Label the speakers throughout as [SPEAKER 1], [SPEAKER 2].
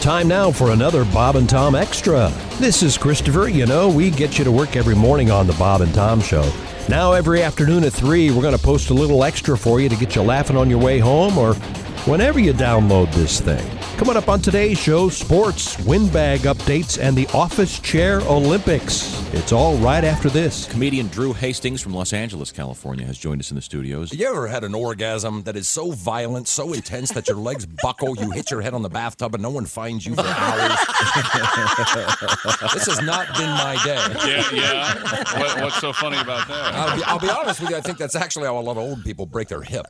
[SPEAKER 1] time now for another Bob and Tom Extra. This is Christopher. You know, we get you to work every morning on the Bob and Tom Show. Now, every afternoon at 3, we're going to post a little extra for you to get you laughing on your way home or whenever you download this thing. Coming up on today's show sports, windbag updates, and the office chair Olympics. It's all right after this.
[SPEAKER 2] Comedian Drew Hastings from Los Angeles, California, has joined us in the studios.
[SPEAKER 3] You ever had an orgasm that is so violent, so intense that your legs buckle, you hit your head on the bathtub, and no one finds you for hours? this has not been my day.
[SPEAKER 4] Yeah, yeah. What, what's so funny about that?
[SPEAKER 3] I'll be, I'll be honest with you. I think that's actually how a lot of old people break their hip.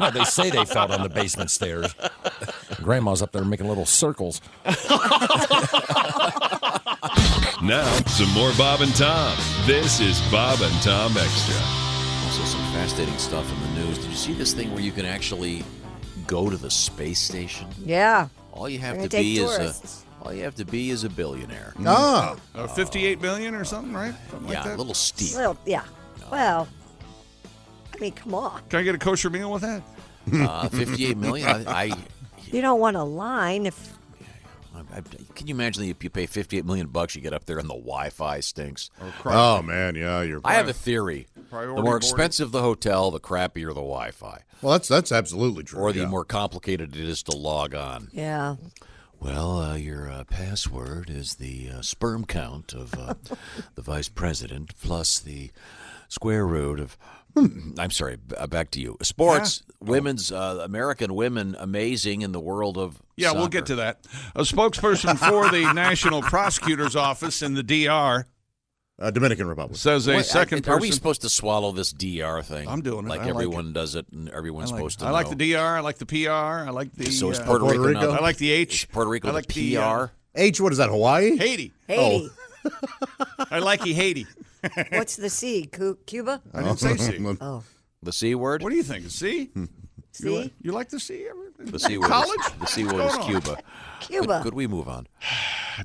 [SPEAKER 3] No, they say they fell down the basement stairs. Grandma's up there making little circles.
[SPEAKER 5] Now, some more Bob and Tom. This is Bob and Tom Extra.
[SPEAKER 2] Also, some fascinating stuff in the news. Did you see this thing where you can actually go to the space station?
[SPEAKER 6] Yeah.
[SPEAKER 2] All you have to
[SPEAKER 6] They're gonna take
[SPEAKER 2] be is
[SPEAKER 6] tourists.
[SPEAKER 2] a all you have to be is a billionaire.
[SPEAKER 7] Oh,
[SPEAKER 4] Uh, 58 million or something, right? Something like
[SPEAKER 2] yeah, a
[SPEAKER 4] that.
[SPEAKER 2] little steep.
[SPEAKER 6] Well, yeah. Well, I mean, come on.
[SPEAKER 4] Can I get a kosher meal with that?
[SPEAKER 2] Uh, 58 million. I, I,
[SPEAKER 6] You don't want a line if
[SPEAKER 2] I, can you imagine if you pay 58 million bucks, you get up there and the Wi-Fi stinks.
[SPEAKER 7] oh man, yeah, you're.
[SPEAKER 2] I have a theory.
[SPEAKER 4] Priority
[SPEAKER 2] the more
[SPEAKER 4] boarding.
[SPEAKER 2] expensive the hotel, the crappier the Wi-Fi,
[SPEAKER 7] well, that's that's absolutely true.
[SPEAKER 2] or the
[SPEAKER 7] yeah.
[SPEAKER 2] more complicated it is to log on.
[SPEAKER 6] yeah.
[SPEAKER 2] Well, uh, your uh, password is the uh, sperm count of uh, the vice president plus the square root of. I'm sorry, b- uh, back to you. Sports,
[SPEAKER 4] Oh.
[SPEAKER 2] women's, uh, American women, amazing in the world of.
[SPEAKER 4] Yeah, we'll get to that. A spokesperson for the National Prosecutor's Office in the DR
[SPEAKER 7] uh, Dominican Republic.
[SPEAKER 4] says a second
[SPEAKER 2] Are
[SPEAKER 4] person.
[SPEAKER 2] we supposed to swallow this DR thing?
[SPEAKER 4] I'm doing it.
[SPEAKER 2] Like
[SPEAKER 4] I like
[SPEAKER 2] everyone does it, and everyone's
[SPEAKER 4] I like,
[SPEAKER 2] supposed to.
[SPEAKER 4] I like
[SPEAKER 2] know.
[SPEAKER 4] the DR. I like the PR. I like the.
[SPEAKER 2] So is
[SPEAKER 4] uh,
[SPEAKER 2] Puerto,
[SPEAKER 7] Puerto
[SPEAKER 2] Rico.
[SPEAKER 7] Rico?
[SPEAKER 2] now-
[SPEAKER 4] I like the H.
[SPEAKER 2] Is Puerto Rico.
[SPEAKER 4] I like
[SPEAKER 2] the PR.
[SPEAKER 4] uh,
[SPEAKER 7] H, what is that? Hawaii?
[SPEAKER 4] Haiti.
[SPEAKER 6] Haiti.
[SPEAKER 4] I like the Haiti.
[SPEAKER 6] What's the C? Cu- Cuba?
[SPEAKER 4] I didn't say C.
[SPEAKER 6] Oh,
[SPEAKER 2] the C word.
[SPEAKER 4] What do you think? C?
[SPEAKER 2] Hmm.
[SPEAKER 4] You
[SPEAKER 6] see?
[SPEAKER 4] like, you like the C? Ever?
[SPEAKER 2] the C word.
[SPEAKER 4] College?
[SPEAKER 2] Is, the C word is
[SPEAKER 4] on?
[SPEAKER 2] Cuba.
[SPEAKER 6] Cuba.
[SPEAKER 2] Could, could we move on?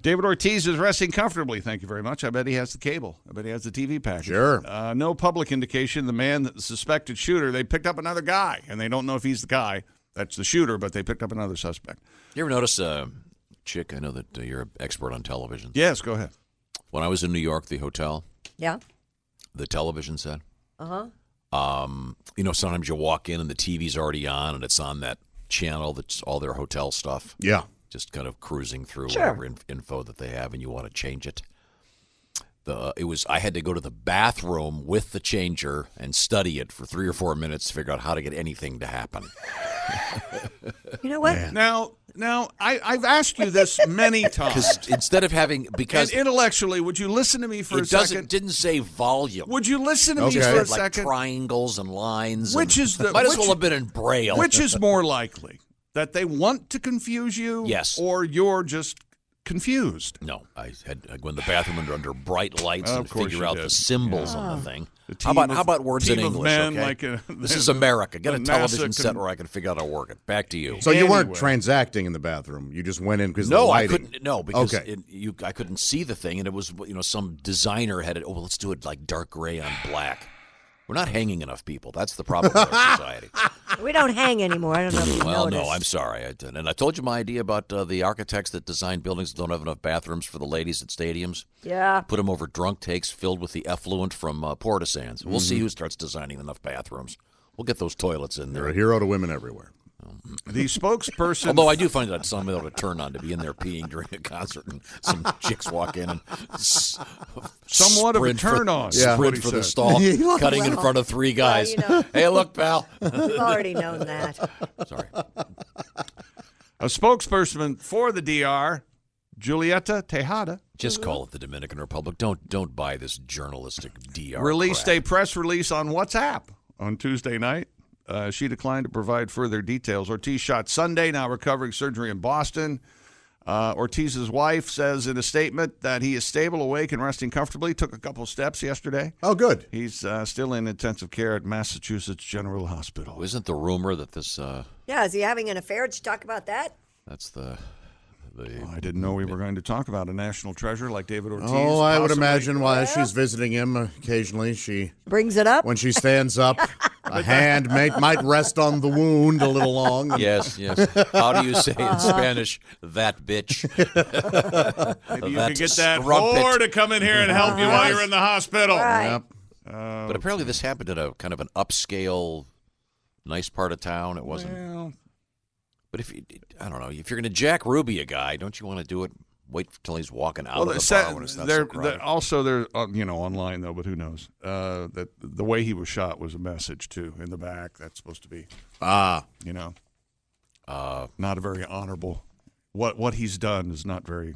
[SPEAKER 4] David Ortiz is resting comfortably. Thank you very much. I bet he has the cable. I bet he has the TV package.
[SPEAKER 7] Sure.
[SPEAKER 4] Uh, no public indication. The man, the suspected shooter, they picked up another guy, and they don't know if he's the guy. That's the shooter, but they picked up another suspect.
[SPEAKER 2] You ever notice, uh, chick? I know that uh, you're an expert on television.
[SPEAKER 4] Yes, go ahead.
[SPEAKER 2] When I was in New York, the hotel,
[SPEAKER 6] Yeah.
[SPEAKER 2] the television set.
[SPEAKER 6] Uh huh.
[SPEAKER 2] Um, you know, sometimes you walk in and the TV's already on, and it's on that channel that's all their hotel stuff,
[SPEAKER 7] Yeah.
[SPEAKER 2] just kind of cruising through
[SPEAKER 6] Sure.
[SPEAKER 2] whatever in- info that they have, and you want to change it. The it was I had to go to the bathroom with the changer and study it for three or four minutes to figure out how to get anything to happen.
[SPEAKER 6] You know what?
[SPEAKER 4] Now, now I, I've asked you this many times.
[SPEAKER 2] Because instead of having
[SPEAKER 4] And
[SPEAKER 2] because it
[SPEAKER 4] intellectually, would you listen to me for a
[SPEAKER 2] doesn't
[SPEAKER 4] second?
[SPEAKER 2] didn't say volume.
[SPEAKER 4] Would you listen to
[SPEAKER 7] Okay.
[SPEAKER 4] me
[SPEAKER 2] It
[SPEAKER 4] for a
[SPEAKER 2] had, like
[SPEAKER 4] second?
[SPEAKER 2] triangles and lines.
[SPEAKER 4] Which
[SPEAKER 2] and-
[SPEAKER 4] is the-
[SPEAKER 2] might as
[SPEAKER 4] which-
[SPEAKER 2] well have been in braille. Uh,
[SPEAKER 4] Which is more likely? That they want to confuse you?
[SPEAKER 2] Yes.
[SPEAKER 4] Or you're just confused?
[SPEAKER 2] No, I had I go in the bathroom under, under bright lights
[SPEAKER 4] Of
[SPEAKER 2] and
[SPEAKER 4] course
[SPEAKER 2] figure
[SPEAKER 4] you
[SPEAKER 2] out
[SPEAKER 4] did.
[SPEAKER 2] the symbols on the thing.
[SPEAKER 4] The
[SPEAKER 2] how about
[SPEAKER 4] team
[SPEAKER 2] how
[SPEAKER 4] of-
[SPEAKER 2] about words in
[SPEAKER 4] team of
[SPEAKER 2] English?
[SPEAKER 4] men,
[SPEAKER 2] okay?
[SPEAKER 4] like a-
[SPEAKER 2] this is America. Get a
[SPEAKER 4] the
[SPEAKER 2] television
[SPEAKER 4] NASA
[SPEAKER 2] set
[SPEAKER 4] con-
[SPEAKER 2] where I can figure out how to work it. Back to you.
[SPEAKER 7] So you weren't
[SPEAKER 4] Anyway.
[SPEAKER 7] transacting in the bathroom. You just went in because the
[SPEAKER 2] no, I
[SPEAKER 7] lighting.
[SPEAKER 2] couldn't. No, because
[SPEAKER 7] Okay.
[SPEAKER 2] it, you, I couldn't see the thing, and it was you know some designer had it. Oh, well, let's do it like dark gray on black. We're not hanging enough people. That's the problem with our society.
[SPEAKER 6] We don't hang anymore. I don't know if you
[SPEAKER 2] Well, no,
[SPEAKER 6] noticed.
[SPEAKER 2] I'm sorry. I didn't. And I told you my idea about uh, the architects that design buildings that don't have enough bathrooms for the ladies at stadiums.
[SPEAKER 6] Yeah.
[SPEAKER 2] Put them over drunk takes filled with the effluent from uh, porta sands. We'll
[SPEAKER 7] Mm-hmm.
[SPEAKER 2] see who starts designing enough bathrooms. We'll get those toilets in
[SPEAKER 7] You're a
[SPEAKER 2] there.
[SPEAKER 7] hero to women everywhere.
[SPEAKER 4] The spokesperson.
[SPEAKER 2] Although I do find that some it'll turn on to be in there peeing during a concert and some chicks walk in and s-
[SPEAKER 4] Somewhat of a
[SPEAKER 2] sprint for-
[SPEAKER 4] turn on,
[SPEAKER 7] Yeah.
[SPEAKER 2] sprint for the stall, cutting in
[SPEAKER 6] Well,
[SPEAKER 2] front of three guys.
[SPEAKER 6] you know.
[SPEAKER 2] Hey, look, pal.
[SPEAKER 6] We've already known that.
[SPEAKER 2] Sorry.
[SPEAKER 4] A spokesperson for the DR, Julieta Tejada,
[SPEAKER 2] Just call it the Dominican Republic. Don't don't buy this journalistic DR.
[SPEAKER 4] released
[SPEAKER 2] Oh, crap.
[SPEAKER 4] a press release on WhatsApp on Tuesday night. Uh, she declined to provide further details. Ortiz shot Sunday, now recovering surgery in Boston. Uh, Ortiz's wife says in a statement that he is stable, awake, and resting comfortably. Took a couple steps yesterday.
[SPEAKER 7] Oh, good.
[SPEAKER 4] He's uh, still in intensive care at Massachusetts General Hospital.
[SPEAKER 2] Isn't the rumor that this uh,
[SPEAKER 6] Yeah. Is he having an affair? Did you talk about that?
[SPEAKER 2] that's the
[SPEAKER 4] Oh,
[SPEAKER 2] the
[SPEAKER 4] I didn't know we were going to talk about a national treasure like David Ortiz.
[SPEAKER 7] Oh, I would
[SPEAKER 4] possibly.
[SPEAKER 7] imagine while she's visiting him occasionally, she
[SPEAKER 6] Brings it up.
[SPEAKER 7] when she stands up A hand may, might rest on the wound a little long.
[SPEAKER 2] Yes, yes. How do you say in Spanish that bitch?
[SPEAKER 4] Maybe you
[SPEAKER 2] That
[SPEAKER 4] could get that
[SPEAKER 2] strumpet.
[SPEAKER 4] whore to come in here and help you while you're in the hospital.
[SPEAKER 6] Right.
[SPEAKER 7] Yep.
[SPEAKER 4] Oh,
[SPEAKER 2] But apparently this happened at a kind of an upscale, nice part of town. It wasn't.
[SPEAKER 4] Well,
[SPEAKER 2] But if you, I don't know, if you're going to Jack Ruby a guy, don't you want to do it? Wait till he's walking out
[SPEAKER 4] well,
[SPEAKER 2] of the
[SPEAKER 4] sa-
[SPEAKER 2] bar when it's not
[SPEAKER 4] they're,
[SPEAKER 2] so crowded.
[SPEAKER 4] they're- also they're uh, you know online though, but who knows? Uh, that the way he was shot was a message too in the back. That's supposed to be
[SPEAKER 7] Ah,
[SPEAKER 4] you know
[SPEAKER 2] Uh.
[SPEAKER 4] not a very honorable. What what he's done is not very.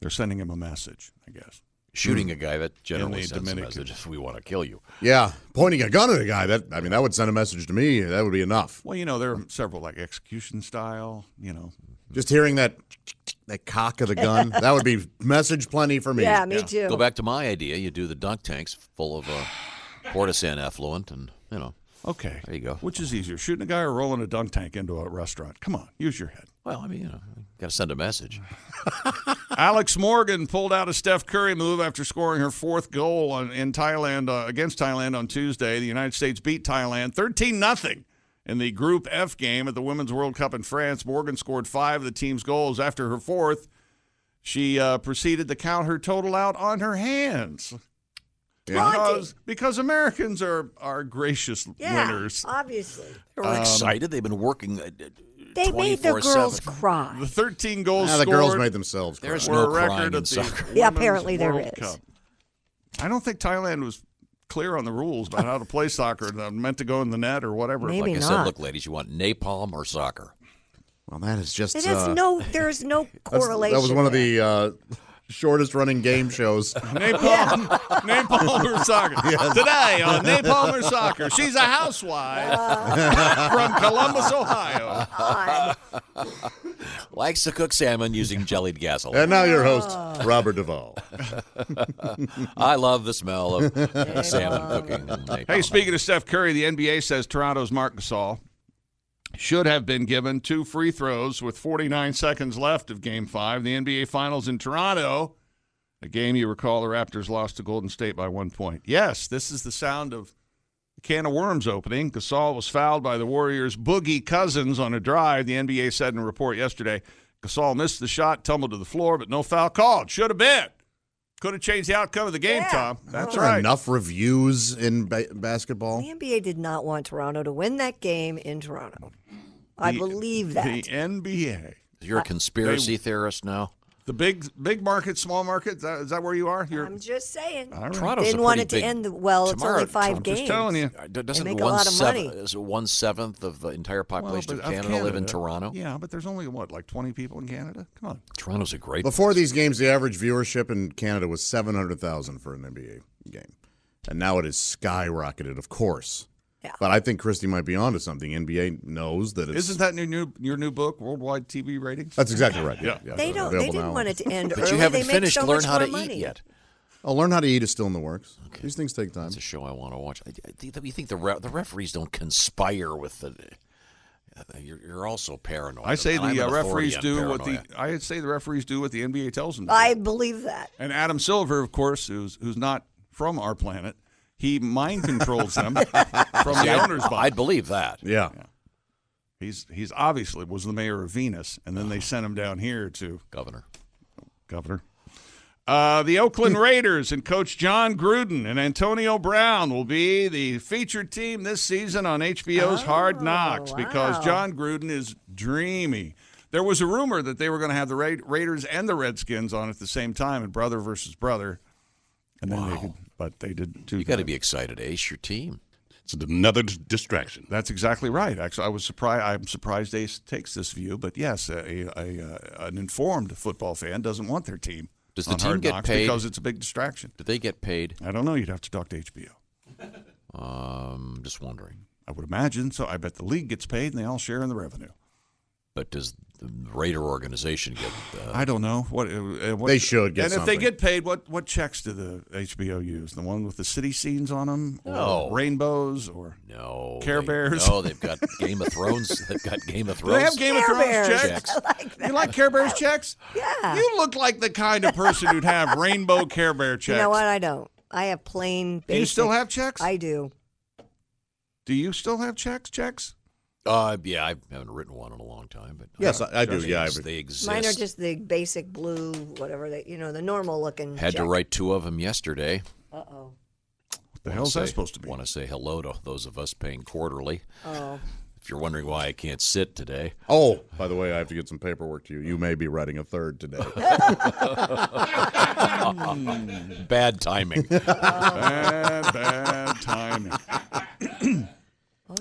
[SPEAKER 4] They're sending him a message, I guess.
[SPEAKER 2] shooting a guy that generally
[SPEAKER 4] hmm. the
[SPEAKER 2] sends a
[SPEAKER 4] Dominican.
[SPEAKER 2] message: if "We want to kill you."
[SPEAKER 7] yeah. Pointing a gun at a guy. That I mean, that would send a message to me. That would be enough.
[SPEAKER 4] Well, you know there are several like execution style. You know,
[SPEAKER 7] Just hearing that that cock of the gun. That would be message plenty for me.
[SPEAKER 6] Yeah, me too.
[SPEAKER 2] Go back to my idea: you do the dunk tanks full of uh, portisan effluent, and you know,
[SPEAKER 4] okay,
[SPEAKER 2] There you go.
[SPEAKER 4] Which is easier, shooting a guy or rolling a dunk tank into a restaurant? Come on, use your head.
[SPEAKER 2] well, I mean, you know, got to send a message.
[SPEAKER 4] Alex Morgan pulled out a Steph Curry move after scoring her fourth goal on, in Thailand uh, against Thailand on Tuesday. The United States beat Thailand 13 nothing in the Group F game at the Women's World Cup in France. Morgan scored five of the team's goals after her fourth. She uh, proceeded to count her total out on her hands because, because Americans are are gracious
[SPEAKER 6] yeah,
[SPEAKER 4] winners.
[SPEAKER 6] obviously.
[SPEAKER 2] They're
[SPEAKER 4] Um,
[SPEAKER 2] excited. They've been working. uh, uh,
[SPEAKER 6] They made the
[SPEAKER 2] 24/7.
[SPEAKER 6] girls cry.
[SPEAKER 4] The 13 goals
[SPEAKER 7] Ah, the
[SPEAKER 4] scored
[SPEAKER 7] girls made themselves. Cry.
[SPEAKER 2] There's-
[SPEAKER 4] were
[SPEAKER 2] no
[SPEAKER 4] a record
[SPEAKER 2] crying
[SPEAKER 4] at
[SPEAKER 2] in
[SPEAKER 4] the
[SPEAKER 2] soccer.
[SPEAKER 4] Women's
[SPEAKER 6] Yeah, apparently there
[SPEAKER 4] World
[SPEAKER 6] is.
[SPEAKER 4] Cup. I don't think Thailand was clear on the rules about how to play soccer. and meant to go in the net or whatever.
[SPEAKER 6] Maybe.
[SPEAKER 2] Like I said,
[SPEAKER 6] not.
[SPEAKER 2] look, ladies, you want napalm or soccer?
[SPEAKER 7] well, that is just.
[SPEAKER 6] It
[SPEAKER 7] uh,
[SPEAKER 6] has no. There is no
[SPEAKER 7] that's-
[SPEAKER 6] correlation.
[SPEAKER 7] That was one of
[SPEAKER 6] there.
[SPEAKER 7] the uh, shortest running game shows.
[SPEAKER 4] Napalm, napalm or soccer. Today on Napalm or soccer, she's a housewife
[SPEAKER 6] Uh.
[SPEAKER 4] from Columbus, Ohio.
[SPEAKER 2] Likes to cook salmon using jellied gasoline.
[SPEAKER 7] and now your host, Robert Duvall.
[SPEAKER 2] I love the smell of salmon cooking. and napalm.
[SPEAKER 4] Hey, speaking of Steph Curry, the NBA says Toronto's Mark Gasol should have been given two free throws with 49 seconds left of Game Five, the NBA Finals in Toronto. A game you recall the Raptors lost to Golden State by one point. Yes, this is the sound of a can of worms opening. Gasol was fouled by the Warriors' Boogie Cousins on a drive. The NBA said in a report yesterday, Gasol missed the shot, tumbled to the floor, but no foul called. Should have been. Could have changed the outcome of the game,
[SPEAKER 6] Yeah.
[SPEAKER 4] Tom. That's
[SPEAKER 7] Is there
[SPEAKER 4] right.
[SPEAKER 7] enough reviews in ba- basketball?
[SPEAKER 6] The NBA did not want Toronto to win that game in Toronto. I
[SPEAKER 4] The-
[SPEAKER 6] believe that.
[SPEAKER 4] The NBA.
[SPEAKER 2] You're
[SPEAKER 6] Uh,
[SPEAKER 2] a conspiracy theorist now.
[SPEAKER 4] The big big market, small market. Is that, is that where you are? You're
[SPEAKER 6] I'm just saying.
[SPEAKER 4] All right.
[SPEAKER 2] Toronto's
[SPEAKER 6] Didn't
[SPEAKER 2] a
[SPEAKER 6] want
[SPEAKER 2] pretty
[SPEAKER 6] it to
[SPEAKER 2] big-
[SPEAKER 6] end the, well. It's
[SPEAKER 2] tomorrow,
[SPEAKER 6] only five
[SPEAKER 2] Toronto's
[SPEAKER 6] games.
[SPEAKER 4] just telling you.
[SPEAKER 2] Uh, Doesn't
[SPEAKER 6] make a
[SPEAKER 2] one
[SPEAKER 6] lot of
[SPEAKER 2] seven-
[SPEAKER 6] money.
[SPEAKER 2] is one seventh of the entire population
[SPEAKER 4] Well,
[SPEAKER 2] of
[SPEAKER 4] but uh,
[SPEAKER 2] Canada, live in Toronto?
[SPEAKER 4] Yeah, but there's only what like 20 people in Canada. Come on.
[SPEAKER 2] Toronto's a great.
[SPEAKER 7] Before these games, the average viewership in Canada was 700,000 for an NBA game. And now it is skyrocketed, of course.
[SPEAKER 6] Yeah.
[SPEAKER 7] But I think Christie might be onto something. NBA knows that it's.
[SPEAKER 4] Isn't that your new your new book, Worldwide TV Ratings?
[SPEAKER 7] That's exactly right. Yeah. yeah.
[SPEAKER 6] They
[SPEAKER 7] it's
[SPEAKER 6] don't. They
[SPEAKER 7] available
[SPEAKER 6] didn't
[SPEAKER 7] now.
[SPEAKER 6] want it to end
[SPEAKER 2] But
[SPEAKER 6] early.
[SPEAKER 2] you haven't
[SPEAKER 6] they make
[SPEAKER 2] finished
[SPEAKER 6] so
[SPEAKER 2] Learn
[SPEAKER 6] much
[SPEAKER 2] How to
[SPEAKER 6] more money.
[SPEAKER 2] Eat yet.
[SPEAKER 7] Oh, Learn How to Eat is still in the works. These things take time.
[SPEAKER 2] It's a show I want to watch. I, I think, you think the re- the referees don't conspire with the. uh, You're, you're also paranoid.
[SPEAKER 4] I say
[SPEAKER 2] and I'm
[SPEAKER 4] the
[SPEAKER 2] an
[SPEAKER 4] uh,
[SPEAKER 2] authority
[SPEAKER 4] referees
[SPEAKER 2] on
[SPEAKER 4] do what the
[SPEAKER 2] paranoia.
[SPEAKER 4] I say the referees do what the NBA tells them. to do.
[SPEAKER 6] I believe that.
[SPEAKER 4] and Adam Silver, of course, who's who's not from our planet, he mind controls them from the owner's box.
[SPEAKER 2] I'd believe that.
[SPEAKER 7] Yeah.
[SPEAKER 4] He's he's obviously was the mayor of Venus, and then they sent him down here to
[SPEAKER 2] Governor.
[SPEAKER 4] Governor. Uh, the Oakland Raiders and coach John Gruden and Antonio Brown will be the featured team this season on HBO's Hard Knocks because
[SPEAKER 6] wow.
[SPEAKER 4] John Gruden is dreamy. There was a rumor that they were going to have the Ra- Raiders and the Redskins on at the same time and brother versus brother. And then they could, but they didn't do
[SPEAKER 2] You got to be excited. Ace your team.
[SPEAKER 8] It's another d- distraction.
[SPEAKER 4] That's exactly right. Actually, I was surprised. I'm surprised Ace takes this view, but yes, a, a, uh an informed football fan doesn't want their team.
[SPEAKER 2] Does the
[SPEAKER 4] on
[SPEAKER 2] team
[SPEAKER 4] Hard
[SPEAKER 2] get
[SPEAKER 4] Knocks
[SPEAKER 2] paid?
[SPEAKER 4] Because it's a big distraction.
[SPEAKER 2] Do they get paid?
[SPEAKER 4] I don't know. You'd have to talk to HBO.
[SPEAKER 2] Um, just wondering.
[SPEAKER 4] I would imagine. So I bet the league gets paid and they all share in the revenue.
[SPEAKER 2] But does the Raider organization get? Uh,
[SPEAKER 4] I don't know what, uh, what
[SPEAKER 7] They should get
[SPEAKER 4] And if they
[SPEAKER 7] something.
[SPEAKER 4] get paid, what what checks do the HBO use? The one with the city scenes on them, or
[SPEAKER 2] No.
[SPEAKER 4] rainbows, or
[SPEAKER 2] no.
[SPEAKER 4] Care
[SPEAKER 2] they-
[SPEAKER 4] Bears.
[SPEAKER 2] No, they've got Game of Thrones. They've got Game of
[SPEAKER 4] do
[SPEAKER 2] Thrones.
[SPEAKER 4] they have Game of
[SPEAKER 6] Care
[SPEAKER 4] Thrones
[SPEAKER 6] Bears.
[SPEAKER 4] checks?
[SPEAKER 2] I
[SPEAKER 6] like that.
[SPEAKER 4] You like Care Bears checks?
[SPEAKER 6] Yeah.
[SPEAKER 4] You look like the kind of person who'd have rainbow Care Bear checks.
[SPEAKER 6] You know what? I don't. I have plain. Basic.
[SPEAKER 4] Do you still have checks?
[SPEAKER 6] I do.
[SPEAKER 4] Do you still have checks? Checks?
[SPEAKER 2] Uh, yeah, I haven't written one in a long time, but
[SPEAKER 7] Yes, I- I do,
[SPEAKER 2] They
[SPEAKER 7] yeah, I
[SPEAKER 2] ex-
[SPEAKER 7] would-
[SPEAKER 2] they exist.
[SPEAKER 6] Mine are just the basic blue, whatever that you know, the normal looking.
[SPEAKER 2] had to write two of them yesterday.
[SPEAKER 6] Uh oh.
[SPEAKER 4] What the hell's that supposed to be?
[SPEAKER 2] Want to say hello to those of us paying quarterly.
[SPEAKER 6] Oh,
[SPEAKER 2] If you're wondering why I can't sit today,
[SPEAKER 7] Oh, by the way, I have to get some paperwork to you. You may be writing a third today.
[SPEAKER 2] bad timing.
[SPEAKER 4] Bad, bad timing.
[SPEAKER 6] oh, you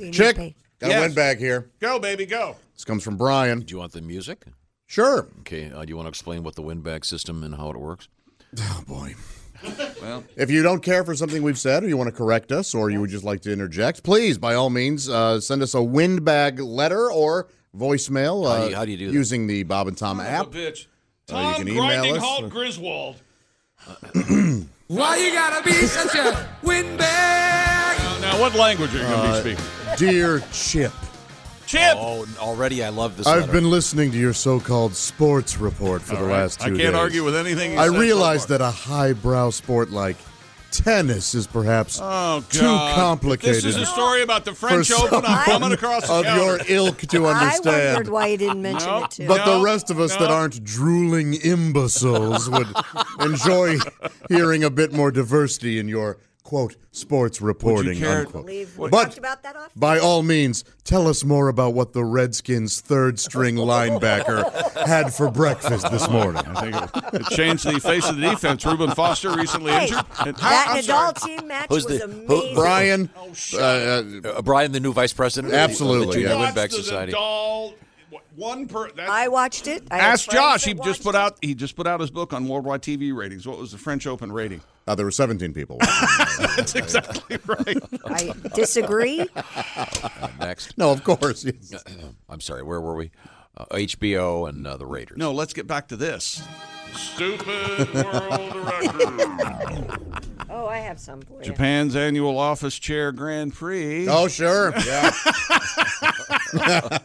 [SPEAKER 6] need
[SPEAKER 7] Chick,
[SPEAKER 6] to pay.
[SPEAKER 7] got
[SPEAKER 4] Yes.
[SPEAKER 7] wind back here.
[SPEAKER 4] Go, baby, go.
[SPEAKER 7] This comes from Brian.
[SPEAKER 2] do you want the music?
[SPEAKER 7] Sure.
[SPEAKER 2] Okay, uh, do you want to explain what the windback system and how it works?
[SPEAKER 7] Oh boy. Well, if you don't care for something we've said, or you want to correct us, or you would just like to interject, please, by all means, uh, send us a windbag letter or voicemail.
[SPEAKER 2] How
[SPEAKER 7] Uh,
[SPEAKER 2] do you- how do you do that?
[SPEAKER 7] using the Bob and Tom app?
[SPEAKER 4] bitch.
[SPEAKER 7] Uh, you can email us.
[SPEAKER 8] Griswold.
[SPEAKER 9] Why you gotta be such a windbag?
[SPEAKER 8] Now, what language are you going to be speaking?
[SPEAKER 7] Dear Uh, Chip,
[SPEAKER 4] Chip!
[SPEAKER 2] Oh, n- already I love this.
[SPEAKER 7] I've
[SPEAKER 2] letter.
[SPEAKER 7] been listening to your so-called sports report for the last two
[SPEAKER 4] I can't
[SPEAKER 7] days.
[SPEAKER 4] argue with anything you
[SPEAKER 7] I
[SPEAKER 4] said so
[SPEAKER 7] realize
[SPEAKER 4] far.
[SPEAKER 7] that a highbrow sport like tennis is perhaps
[SPEAKER 4] Oh,
[SPEAKER 7] too
[SPEAKER 4] God.
[SPEAKER 7] complicated.
[SPEAKER 4] This is a story about the
[SPEAKER 7] for
[SPEAKER 4] French Open. I'm coming
[SPEAKER 7] someone
[SPEAKER 4] across the
[SPEAKER 7] of your
[SPEAKER 4] counter.
[SPEAKER 7] ilk to
[SPEAKER 6] I
[SPEAKER 7] understand.
[SPEAKER 6] wondered why you didn't mention
[SPEAKER 4] Nope.
[SPEAKER 6] it too.
[SPEAKER 7] But
[SPEAKER 4] No,
[SPEAKER 7] the rest of us
[SPEAKER 4] no.
[SPEAKER 7] that aren't drooling imbeciles would enjoy hearing a bit more diversity in your quote sports reporting
[SPEAKER 4] care-
[SPEAKER 7] unquote.
[SPEAKER 6] Believe we
[SPEAKER 7] But
[SPEAKER 6] talked about that often.
[SPEAKER 7] by all means, tell us more about what the Redskins' third string linebacker had for breakfast this morning.
[SPEAKER 4] It changed the face of the defense. Ruben Foster recently
[SPEAKER 6] Hey,
[SPEAKER 4] injured. And-
[SPEAKER 6] that
[SPEAKER 4] I'm sorry.
[SPEAKER 6] Nadal team match
[SPEAKER 2] Who's
[SPEAKER 6] was
[SPEAKER 2] the- who-
[SPEAKER 6] amazing.
[SPEAKER 7] Brian,
[SPEAKER 2] Uh, Brian, the new vice president. of the- of
[SPEAKER 7] Absolutely,
[SPEAKER 2] the Junior
[SPEAKER 7] yeah.
[SPEAKER 2] Windback Society.
[SPEAKER 8] Doll, one per.
[SPEAKER 6] I watched it. I have
[SPEAKER 4] Ask
[SPEAKER 6] friends
[SPEAKER 4] Josh.
[SPEAKER 6] that
[SPEAKER 4] He just
[SPEAKER 6] watched
[SPEAKER 4] put
[SPEAKER 6] it.
[SPEAKER 4] out he just put out his book on worldwide TV ratings. What was the French Open rating?
[SPEAKER 7] uh, there were 17 people.
[SPEAKER 4] That's exactly right.
[SPEAKER 6] I disagree.
[SPEAKER 2] Next,
[SPEAKER 7] no, of course. yes.
[SPEAKER 2] I'm sorry. Where were we? Uh, HBO and uh, the Raiders.
[SPEAKER 4] No, let's get back to this.
[SPEAKER 8] Stupid world record.
[SPEAKER 6] Oh, I have some for you.
[SPEAKER 4] Japan's annual office chair Grand Prix.
[SPEAKER 7] Oh, sure. Yeah.
[SPEAKER 4] and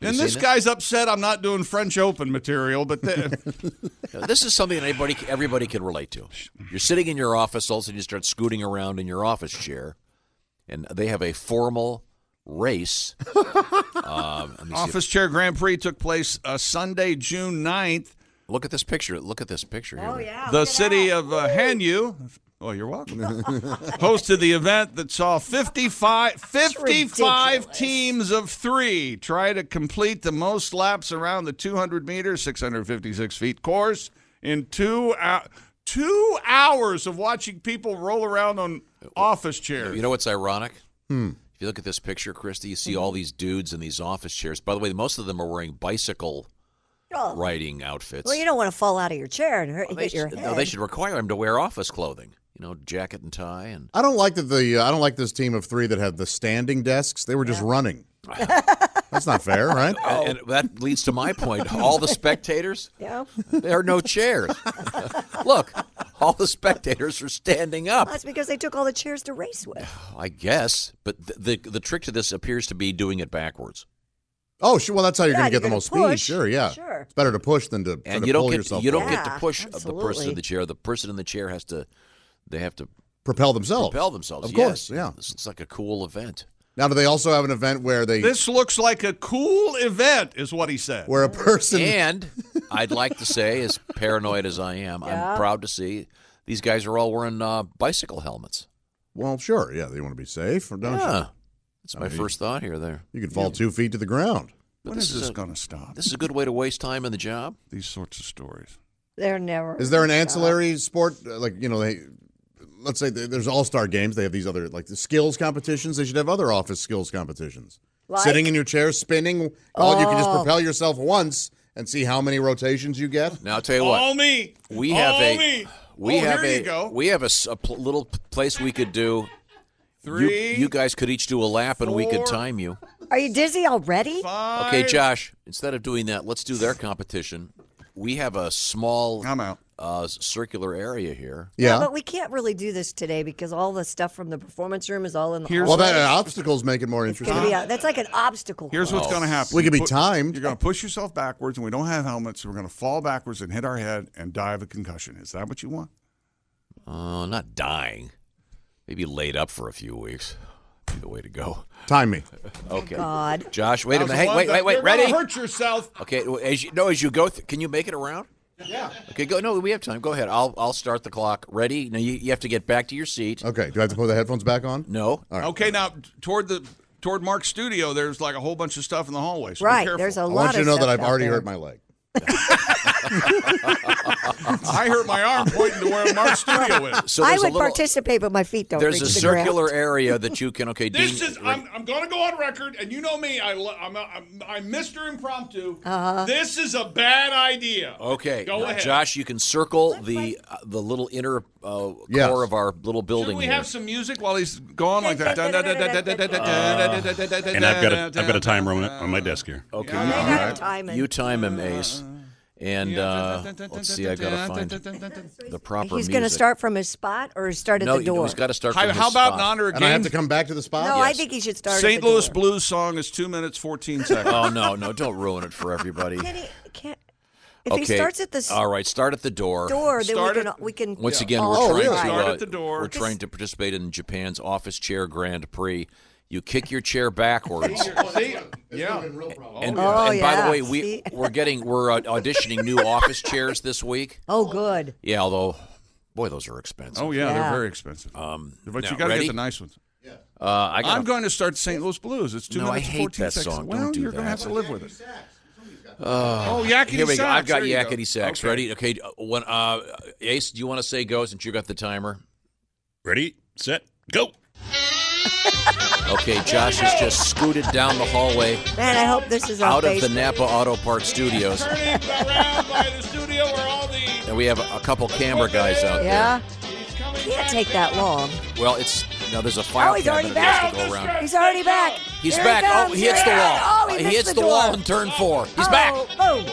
[SPEAKER 4] this guy's upset. I'm not doing French Open material, but the,
[SPEAKER 2] Now, this is something that anybody, everybody can relate to. You're sitting in your office, all of a sudden you start scooting around in your office chair, and they have a formal race. Um, let me see if-
[SPEAKER 4] office chair Grand Prix took place uh, Sunday, June 9th.
[SPEAKER 2] look at this picture. Look at this picture.
[SPEAKER 6] Oh
[SPEAKER 2] here.
[SPEAKER 6] yeah. look
[SPEAKER 4] The
[SPEAKER 6] at
[SPEAKER 4] city
[SPEAKER 6] that.
[SPEAKER 4] of uh, Hanyu. Oh, you're welcome. hosted the event that saw 55, 55
[SPEAKER 6] ridiculous.
[SPEAKER 4] teams of three try to complete the most laps around the 200 meter, 656 feet course in two hou- two hours of watching people roll around on office chairs.
[SPEAKER 2] You know what's ironic? If you look at this picture, Christy, you see all these dudes in these office chairs. By the way, most of them are wearing bicycle
[SPEAKER 6] Oh,
[SPEAKER 2] riding outfits.
[SPEAKER 6] Well, you don't want to fall out of your chair and hurt,
[SPEAKER 2] Well,
[SPEAKER 6] hit
[SPEAKER 2] they,
[SPEAKER 6] your
[SPEAKER 2] should,
[SPEAKER 6] head.
[SPEAKER 2] no, they should require them to wear office clothing. You know, jacket and tie, and
[SPEAKER 7] I don't like that the uh, I don't like this team of three that had the standing desks. They were just running. That's not fair, right?
[SPEAKER 6] Oh.
[SPEAKER 2] and, and that leads to my point. All the spectators,
[SPEAKER 6] Yeah.
[SPEAKER 2] There are no chairs. Look, all the spectators are standing up.
[SPEAKER 6] That's because they took all the chairs to race with.
[SPEAKER 2] I guess, but th- the the trick to this appears to be doing it backwards.
[SPEAKER 7] Oh, sure. Well, that's how you're
[SPEAKER 6] Yeah,
[SPEAKER 7] going to
[SPEAKER 6] you're
[SPEAKER 7] get the
[SPEAKER 6] gonna
[SPEAKER 7] most speed.
[SPEAKER 6] push.
[SPEAKER 7] Sure, yeah.
[SPEAKER 6] Sure.
[SPEAKER 7] It's better to push than to try
[SPEAKER 2] And
[SPEAKER 7] to
[SPEAKER 2] you don't
[SPEAKER 7] pull
[SPEAKER 2] get
[SPEAKER 7] yourself.
[SPEAKER 2] you don't
[SPEAKER 7] up.
[SPEAKER 2] get to
[SPEAKER 6] Yeah,
[SPEAKER 2] push the person
[SPEAKER 6] absolutely.
[SPEAKER 2] in the chair. The person in the chair has to they have to
[SPEAKER 7] propel themselves.
[SPEAKER 2] propel themselves.
[SPEAKER 7] Oh, Of course,
[SPEAKER 2] Yes.
[SPEAKER 7] yeah.
[SPEAKER 2] This looks like a cool event.
[SPEAKER 7] Now, do they also have an event where they
[SPEAKER 4] this looks like a cool event, is what he said.
[SPEAKER 7] where a person?
[SPEAKER 2] And I'd like to say, as paranoid as I am, I'm proud to see these guys are all wearing uh, bicycle helmets.
[SPEAKER 7] Well, sure, yeah. They want to be safe, or don't
[SPEAKER 2] Yeah.
[SPEAKER 7] you?
[SPEAKER 2] That's my first thought here. There,
[SPEAKER 7] You could fall two feet to the ground.
[SPEAKER 4] when
[SPEAKER 2] this
[SPEAKER 4] is
[SPEAKER 2] is
[SPEAKER 4] this
[SPEAKER 2] a-
[SPEAKER 4] going to stop?
[SPEAKER 2] this is a good way to waste time in the job.
[SPEAKER 4] These sorts of stories.
[SPEAKER 6] They're never.
[SPEAKER 7] Is there an ancillary sport uh, like you know they? Let's say th- there's all star games. They have these other like the skills competitions. They should have other office skills competitions.
[SPEAKER 6] Like?
[SPEAKER 7] Sitting in your chair, spinning. Oh, you can just
[SPEAKER 6] Oh.
[SPEAKER 7] propel yourself once and see how many rotations you get.
[SPEAKER 2] Now I'll tell you what.
[SPEAKER 4] All me.
[SPEAKER 2] We
[SPEAKER 4] All
[SPEAKER 2] have a
[SPEAKER 4] me.
[SPEAKER 2] we
[SPEAKER 4] Oh,
[SPEAKER 2] have
[SPEAKER 4] here
[SPEAKER 2] a
[SPEAKER 4] you go.
[SPEAKER 2] we have a, s- a pl- little p- place we could do. You,
[SPEAKER 4] Three.
[SPEAKER 2] you guys could each do a lap, and we could
[SPEAKER 4] four,
[SPEAKER 2] time you.
[SPEAKER 6] Are you dizzy already?
[SPEAKER 2] Okay, Josh. Instead of doing that, let's do their competition. We have a small
[SPEAKER 4] I'm out.
[SPEAKER 2] uh, s- circular area here.
[SPEAKER 7] Yeah.
[SPEAKER 6] But we can't really do this today because all the stuff from the performance room is all in the
[SPEAKER 4] Here's
[SPEAKER 6] hall.
[SPEAKER 7] Well, that uh, obstacles make it more
[SPEAKER 6] It's gonna
[SPEAKER 7] interesting.
[SPEAKER 6] be a- that's like an obstacle.
[SPEAKER 4] Here's what's going to happen.
[SPEAKER 7] We could be
[SPEAKER 4] You put-
[SPEAKER 7] timed.
[SPEAKER 4] You're going to push yourself backwards, and we don't have helmets, so we're going to fall backwards and hit our head and die of a concussion. Is that what you want?
[SPEAKER 2] Uh, not dying. Maybe laid up for a few weeks. be the way to go.
[SPEAKER 7] Time me.
[SPEAKER 2] Okay.
[SPEAKER 6] God.
[SPEAKER 2] Josh, wait a
[SPEAKER 6] That was
[SPEAKER 2] minute. Hey,
[SPEAKER 6] the one
[SPEAKER 2] wait,
[SPEAKER 6] that-
[SPEAKER 2] wait, wait.
[SPEAKER 6] you're gonna
[SPEAKER 2] Ready?
[SPEAKER 6] hurt
[SPEAKER 4] yourself.
[SPEAKER 2] Okay. well, As you no, as you go, th- can you make it around?
[SPEAKER 4] Yeah.
[SPEAKER 2] Okay. Go. No, we have time. Go ahead. I'll I'll start the clock. Ready? Now you, you have to get back to your seat.
[SPEAKER 7] Okay. Do I have to put the headphones back on?
[SPEAKER 2] No.
[SPEAKER 7] Uh, All right.
[SPEAKER 4] Okay, now toward the toward Mark's studio, there's like a whole bunch of stuff in the hallway. So be
[SPEAKER 6] Right,
[SPEAKER 4] careful.
[SPEAKER 6] there's a I want lot you to of know that stuff I've out already there. hurt my
[SPEAKER 7] leg.
[SPEAKER 4] I hurt my arm pointing to where Mark's studio is.
[SPEAKER 2] So
[SPEAKER 6] I
[SPEAKER 2] there's
[SPEAKER 6] would
[SPEAKER 2] a little-
[SPEAKER 6] participate, but my feet don't
[SPEAKER 2] There's
[SPEAKER 6] reach
[SPEAKER 2] a
[SPEAKER 6] the ground.
[SPEAKER 2] circular area that you can. Okay.
[SPEAKER 8] This
[SPEAKER 2] Dean,
[SPEAKER 8] is. I'm, I'm going to go on record, and you know me. I, lo- I'm, I'm, I'm Mr. Impromptu.
[SPEAKER 2] Uh-huh.
[SPEAKER 8] This is a bad idea.
[SPEAKER 2] Okay,
[SPEAKER 8] Go
[SPEAKER 2] now,
[SPEAKER 8] ahead.
[SPEAKER 2] Josh. You can circle the uh, the little inner uh,
[SPEAKER 4] Yes.
[SPEAKER 2] core of our little
[SPEAKER 4] Shouldn't
[SPEAKER 2] building
[SPEAKER 4] we
[SPEAKER 2] here.
[SPEAKER 4] have some music while he's gone like that?
[SPEAKER 8] And
[SPEAKER 2] Uh,
[SPEAKER 5] And I've got a I've got a timer on it on my desk here.
[SPEAKER 2] Okay,
[SPEAKER 8] Yeah,
[SPEAKER 2] you,
[SPEAKER 8] I
[SPEAKER 2] you-
[SPEAKER 8] gotta
[SPEAKER 6] time it.
[SPEAKER 2] you time him, Ace. And uh, let's see, I gotta find the proper.
[SPEAKER 6] He's
[SPEAKER 2] going
[SPEAKER 6] to start from his spot or start at
[SPEAKER 2] No,
[SPEAKER 6] the
[SPEAKER 2] you know,
[SPEAKER 6] door.
[SPEAKER 2] he's gotta start
[SPEAKER 4] How-
[SPEAKER 2] from his
[SPEAKER 4] how about
[SPEAKER 2] spot.
[SPEAKER 4] in honor of
[SPEAKER 7] And I have to
[SPEAKER 4] games?
[SPEAKER 7] come back to the spot.
[SPEAKER 6] no, I think he should start. at
[SPEAKER 4] St.
[SPEAKER 6] the door.
[SPEAKER 4] Louis Blues song is two minutes fourteen seconds.
[SPEAKER 2] Oh no, no! Don't ruin it for everybody.
[SPEAKER 6] Can
[SPEAKER 2] okay.
[SPEAKER 6] he, can't, if he starts at the s-
[SPEAKER 2] All right, start at the door.
[SPEAKER 6] door, then we
[SPEAKER 4] Start
[SPEAKER 6] can,
[SPEAKER 4] at-
[SPEAKER 6] we can. Oh,
[SPEAKER 2] Once again, we're
[SPEAKER 6] all
[SPEAKER 2] trying
[SPEAKER 6] try.
[SPEAKER 2] to
[SPEAKER 4] Start
[SPEAKER 2] uh,
[SPEAKER 4] at the door.
[SPEAKER 2] We're trying to participate in Japan's office chair Grand Prix. You kick your chair backwards.
[SPEAKER 4] See? Yeah.
[SPEAKER 2] And,
[SPEAKER 6] Oh,
[SPEAKER 2] and by
[SPEAKER 6] yeah,
[SPEAKER 2] the way, we
[SPEAKER 6] see?
[SPEAKER 2] we're getting we're uh, auditioning new office chairs this week.
[SPEAKER 6] Oh, good.
[SPEAKER 2] Yeah, although, boy, those are expensive.
[SPEAKER 4] Oh yeah, they're
[SPEAKER 6] Yeah.
[SPEAKER 4] very expensive. Um, but
[SPEAKER 2] now,
[SPEAKER 4] you got to
[SPEAKER 2] ready?
[SPEAKER 4] get the nice ones.
[SPEAKER 2] Uh, I got
[SPEAKER 4] Oh, I'm going to start St. Louis Blues. It's two
[SPEAKER 2] No, I
[SPEAKER 4] minutes
[SPEAKER 2] hate
[SPEAKER 4] fourteen
[SPEAKER 2] that
[SPEAKER 4] seconds.
[SPEAKER 2] song.
[SPEAKER 4] Well,
[SPEAKER 2] Don't do
[SPEAKER 4] you're gonna
[SPEAKER 2] that.
[SPEAKER 4] have to live with it. oh, yakety
[SPEAKER 2] Here we go.
[SPEAKER 4] sacks.
[SPEAKER 2] I've got
[SPEAKER 4] There you go.
[SPEAKER 2] yakety sacks.
[SPEAKER 4] Okay.
[SPEAKER 2] Ready? Okay. uh, When uh, Ace, do you want to say go since you got the timer?
[SPEAKER 5] Ready, set, go.
[SPEAKER 2] Okay, Josh has just scooted down the hallway
[SPEAKER 6] Man, I hope this is on
[SPEAKER 2] out of the
[SPEAKER 6] Facebook.
[SPEAKER 2] Napa Auto Parts Studios,
[SPEAKER 8] Turning around by the studio where all the.
[SPEAKER 2] and we have a couple camera guys out
[SPEAKER 6] yeah,
[SPEAKER 8] He's coming
[SPEAKER 6] can't
[SPEAKER 8] back.
[SPEAKER 6] take that long.
[SPEAKER 2] there. Well, it's now there's a file
[SPEAKER 6] Oh, he's
[SPEAKER 2] cabinet
[SPEAKER 6] already
[SPEAKER 2] that
[SPEAKER 8] back.
[SPEAKER 2] has to go around.
[SPEAKER 6] He's already back.
[SPEAKER 2] He's
[SPEAKER 6] Here
[SPEAKER 2] back.
[SPEAKER 6] He comes.
[SPEAKER 2] oh, he hits the
[SPEAKER 6] Here he
[SPEAKER 2] wall.
[SPEAKER 6] is. Oh, he,
[SPEAKER 2] he
[SPEAKER 6] missed
[SPEAKER 2] hits
[SPEAKER 6] the,
[SPEAKER 2] the wall
[SPEAKER 6] door.
[SPEAKER 2] in turn four. He's
[SPEAKER 6] oh,
[SPEAKER 2] back.
[SPEAKER 6] Boom.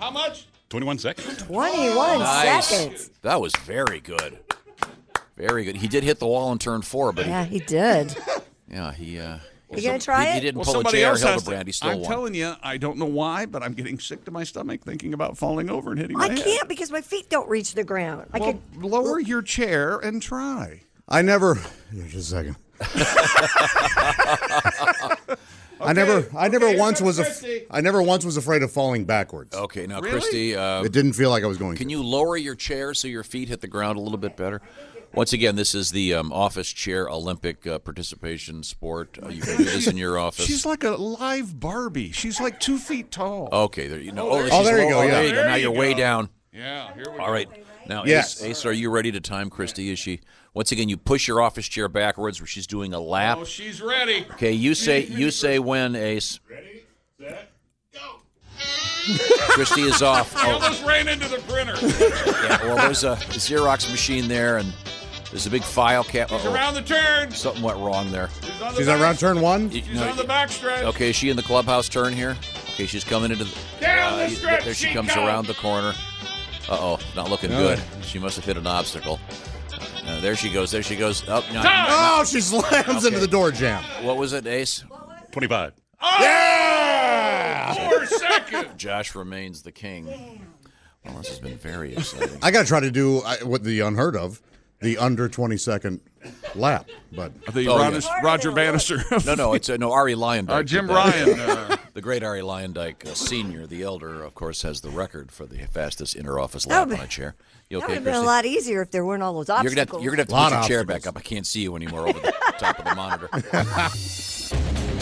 [SPEAKER 8] How much?
[SPEAKER 5] 21 seconds.
[SPEAKER 6] 21
[SPEAKER 2] Nice.
[SPEAKER 6] seconds.
[SPEAKER 2] That was very good. Very good. He did hit the wall in turn four, but he-
[SPEAKER 6] Yeah, he did.
[SPEAKER 2] yeah, he. Uh,
[SPEAKER 6] You gonna try
[SPEAKER 2] he, He
[SPEAKER 6] it?
[SPEAKER 2] didn't
[SPEAKER 4] Well,
[SPEAKER 2] pull a
[SPEAKER 4] somebody
[SPEAKER 2] JR
[SPEAKER 4] else has to.
[SPEAKER 2] Hildebrand. He still
[SPEAKER 4] I'm
[SPEAKER 2] won.
[SPEAKER 4] telling you, I don't know why, but I'm getting sick to my stomach thinking about falling over and hitting my
[SPEAKER 6] I
[SPEAKER 4] head.
[SPEAKER 6] can't because my feet don't reach the ground. I
[SPEAKER 4] Well,
[SPEAKER 6] could.
[SPEAKER 4] lower your chair and try.
[SPEAKER 7] I never. yeah, Just a second. I never. I never
[SPEAKER 8] okay,
[SPEAKER 7] once
[SPEAKER 8] Dr.
[SPEAKER 7] was. Af-
[SPEAKER 8] Christie.
[SPEAKER 7] I never once was afraid of falling backwards.
[SPEAKER 2] Okay, now
[SPEAKER 4] Really?
[SPEAKER 2] Christy, uh,
[SPEAKER 7] It didn't feel like I was going.
[SPEAKER 2] can
[SPEAKER 7] to.
[SPEAKER 2] you lower your chair so your feet hit the ground a little bit better? Once again, this is the um, office chair Olympic uh, participation sport. Uh, you can do this in your office.
[SPEAKER 4] She's like a live Barbie. She's like two feet tall.
[SPEAKER 2] okay, there you know.
[SPEAKER 8] Oh, there-
[SPEAKER 2] she's
[SPEAKER 7] Oh, there you
[SPEAKER 2] low-
[SPEAKER 7] go, yeah.
[SPEAKER 2] there you go.
[SPEAKER 8] There
[SPEAKER 2] Now
[SPEAKER 8] you
[SPEAKER 2] you're way
[SPEAKER 8] go.
[SPEAKER 2] down.
[SPEAKER 8] Yeah, here we go.
[SPEAKER 2] All right. Now,
[SPEAKER 7] Yes.
[SPEAKER 2] Ace, Ace, are you ready to time Christy? Is she? Once again, you push your office chair backwards where she's doing a lap.
[SPEAKER 8] Oh, she's ready.
[SPEAKER 2] Okay, you say you say when Ace.
[SPEAKER 8] Ready, set, go.
[SPEAKER 2] Christy is off.
[SPEAKER 8] I
[SPEAKER 2] Oh,
[SPEAKER 8] almost ran into the printer.
[SPEAKER 2] yeah, well, there's a Xerox machine there, and there's a big file cabinet.
[SPEAKER 8] Around the turn.
[SPEAKER 2] Something went wrong there.
[SPEAKER 8] She's on the
[SPEAKER 7] She's
[SPEAKER 8] back.
[SPEAKER 7] on round turn one.
[SPEAKER 2] You-
[SPEAKER 8] She's
[SPEAKER 2] no,
[SPEAKER 8] on the back stretch.
[SPEAKER 2] Okay, is she in the clubhouse turn here? Okay, she's coming into the. uh,
[SPEAKER 8] Down the
[SPEAKER 2] you-
[SPEAKER 8] stretch
[SPEAKER 2] there she
[SPEAKER 8] she
[SPEAKER 2] comes
[SPEAKER 8] goes.
[SPEAKER 2] around the corner. Uh oh, not looking good. She must have hit an obstacle. Uh, there she goes. There she goes. Up. no,
[SPEAKER 8] Time!
[SPEAKER 7] Oh, she slams into the door jam.
[SPEAKER 2] what was it, Ace?
[SPEAKER 5] 25.
[SPEAKER 8] Four seconds.
[SPEAKER 2] Josh remains the king. Well, this has been very exciting.
[SPEAKER 7] I gotta try to do uh, what the unheard of, the under twenty second lap. But
[SPEAKER 4] The
[SPEAKER 2] Oh, yeah.
[SPEAKER 4] Ronis- Roger Bannister.
[SPEAKER 2] No, no, it's uh, no Ari Lyondike.
[SPEAKER 4] Uh, Jim
[SPEAKER 2] did that.
[SPEAKER 4] Ryan. Uh,
[SPEAKER 2] The great Ari Lyondike, uh, senior, the elder, of course, has the record for the fastest interoffice
[SPEAKER 6] That
[SPEAKER 2] lap
[SPEAKER 6] would
[SPEAKER 2] on a
[SPEAKER 6] be-
[SPEAKER 2] chair. You
[SPEAKER 6] that
[SPEAKER 2] okay,
[SPEAKER 6] would have been a
[SPEAKER 2] Christy?
[SPEAKER 6] lot easier if there weren't all those
[SPEAKER 2] You're
[SPEAKER 6] obstacles.
[SPEAKER 2] gonna have to, you're gonna have to
[SPEAKER 7] Lot
[SPEAKER 2] put your
[SPEAKER 7] of
[SPEAKER 2] chair back
[SPEAKER 7] obstacles.
[SPEAKER 2] up. I can't see you anymore over the top of the monitor.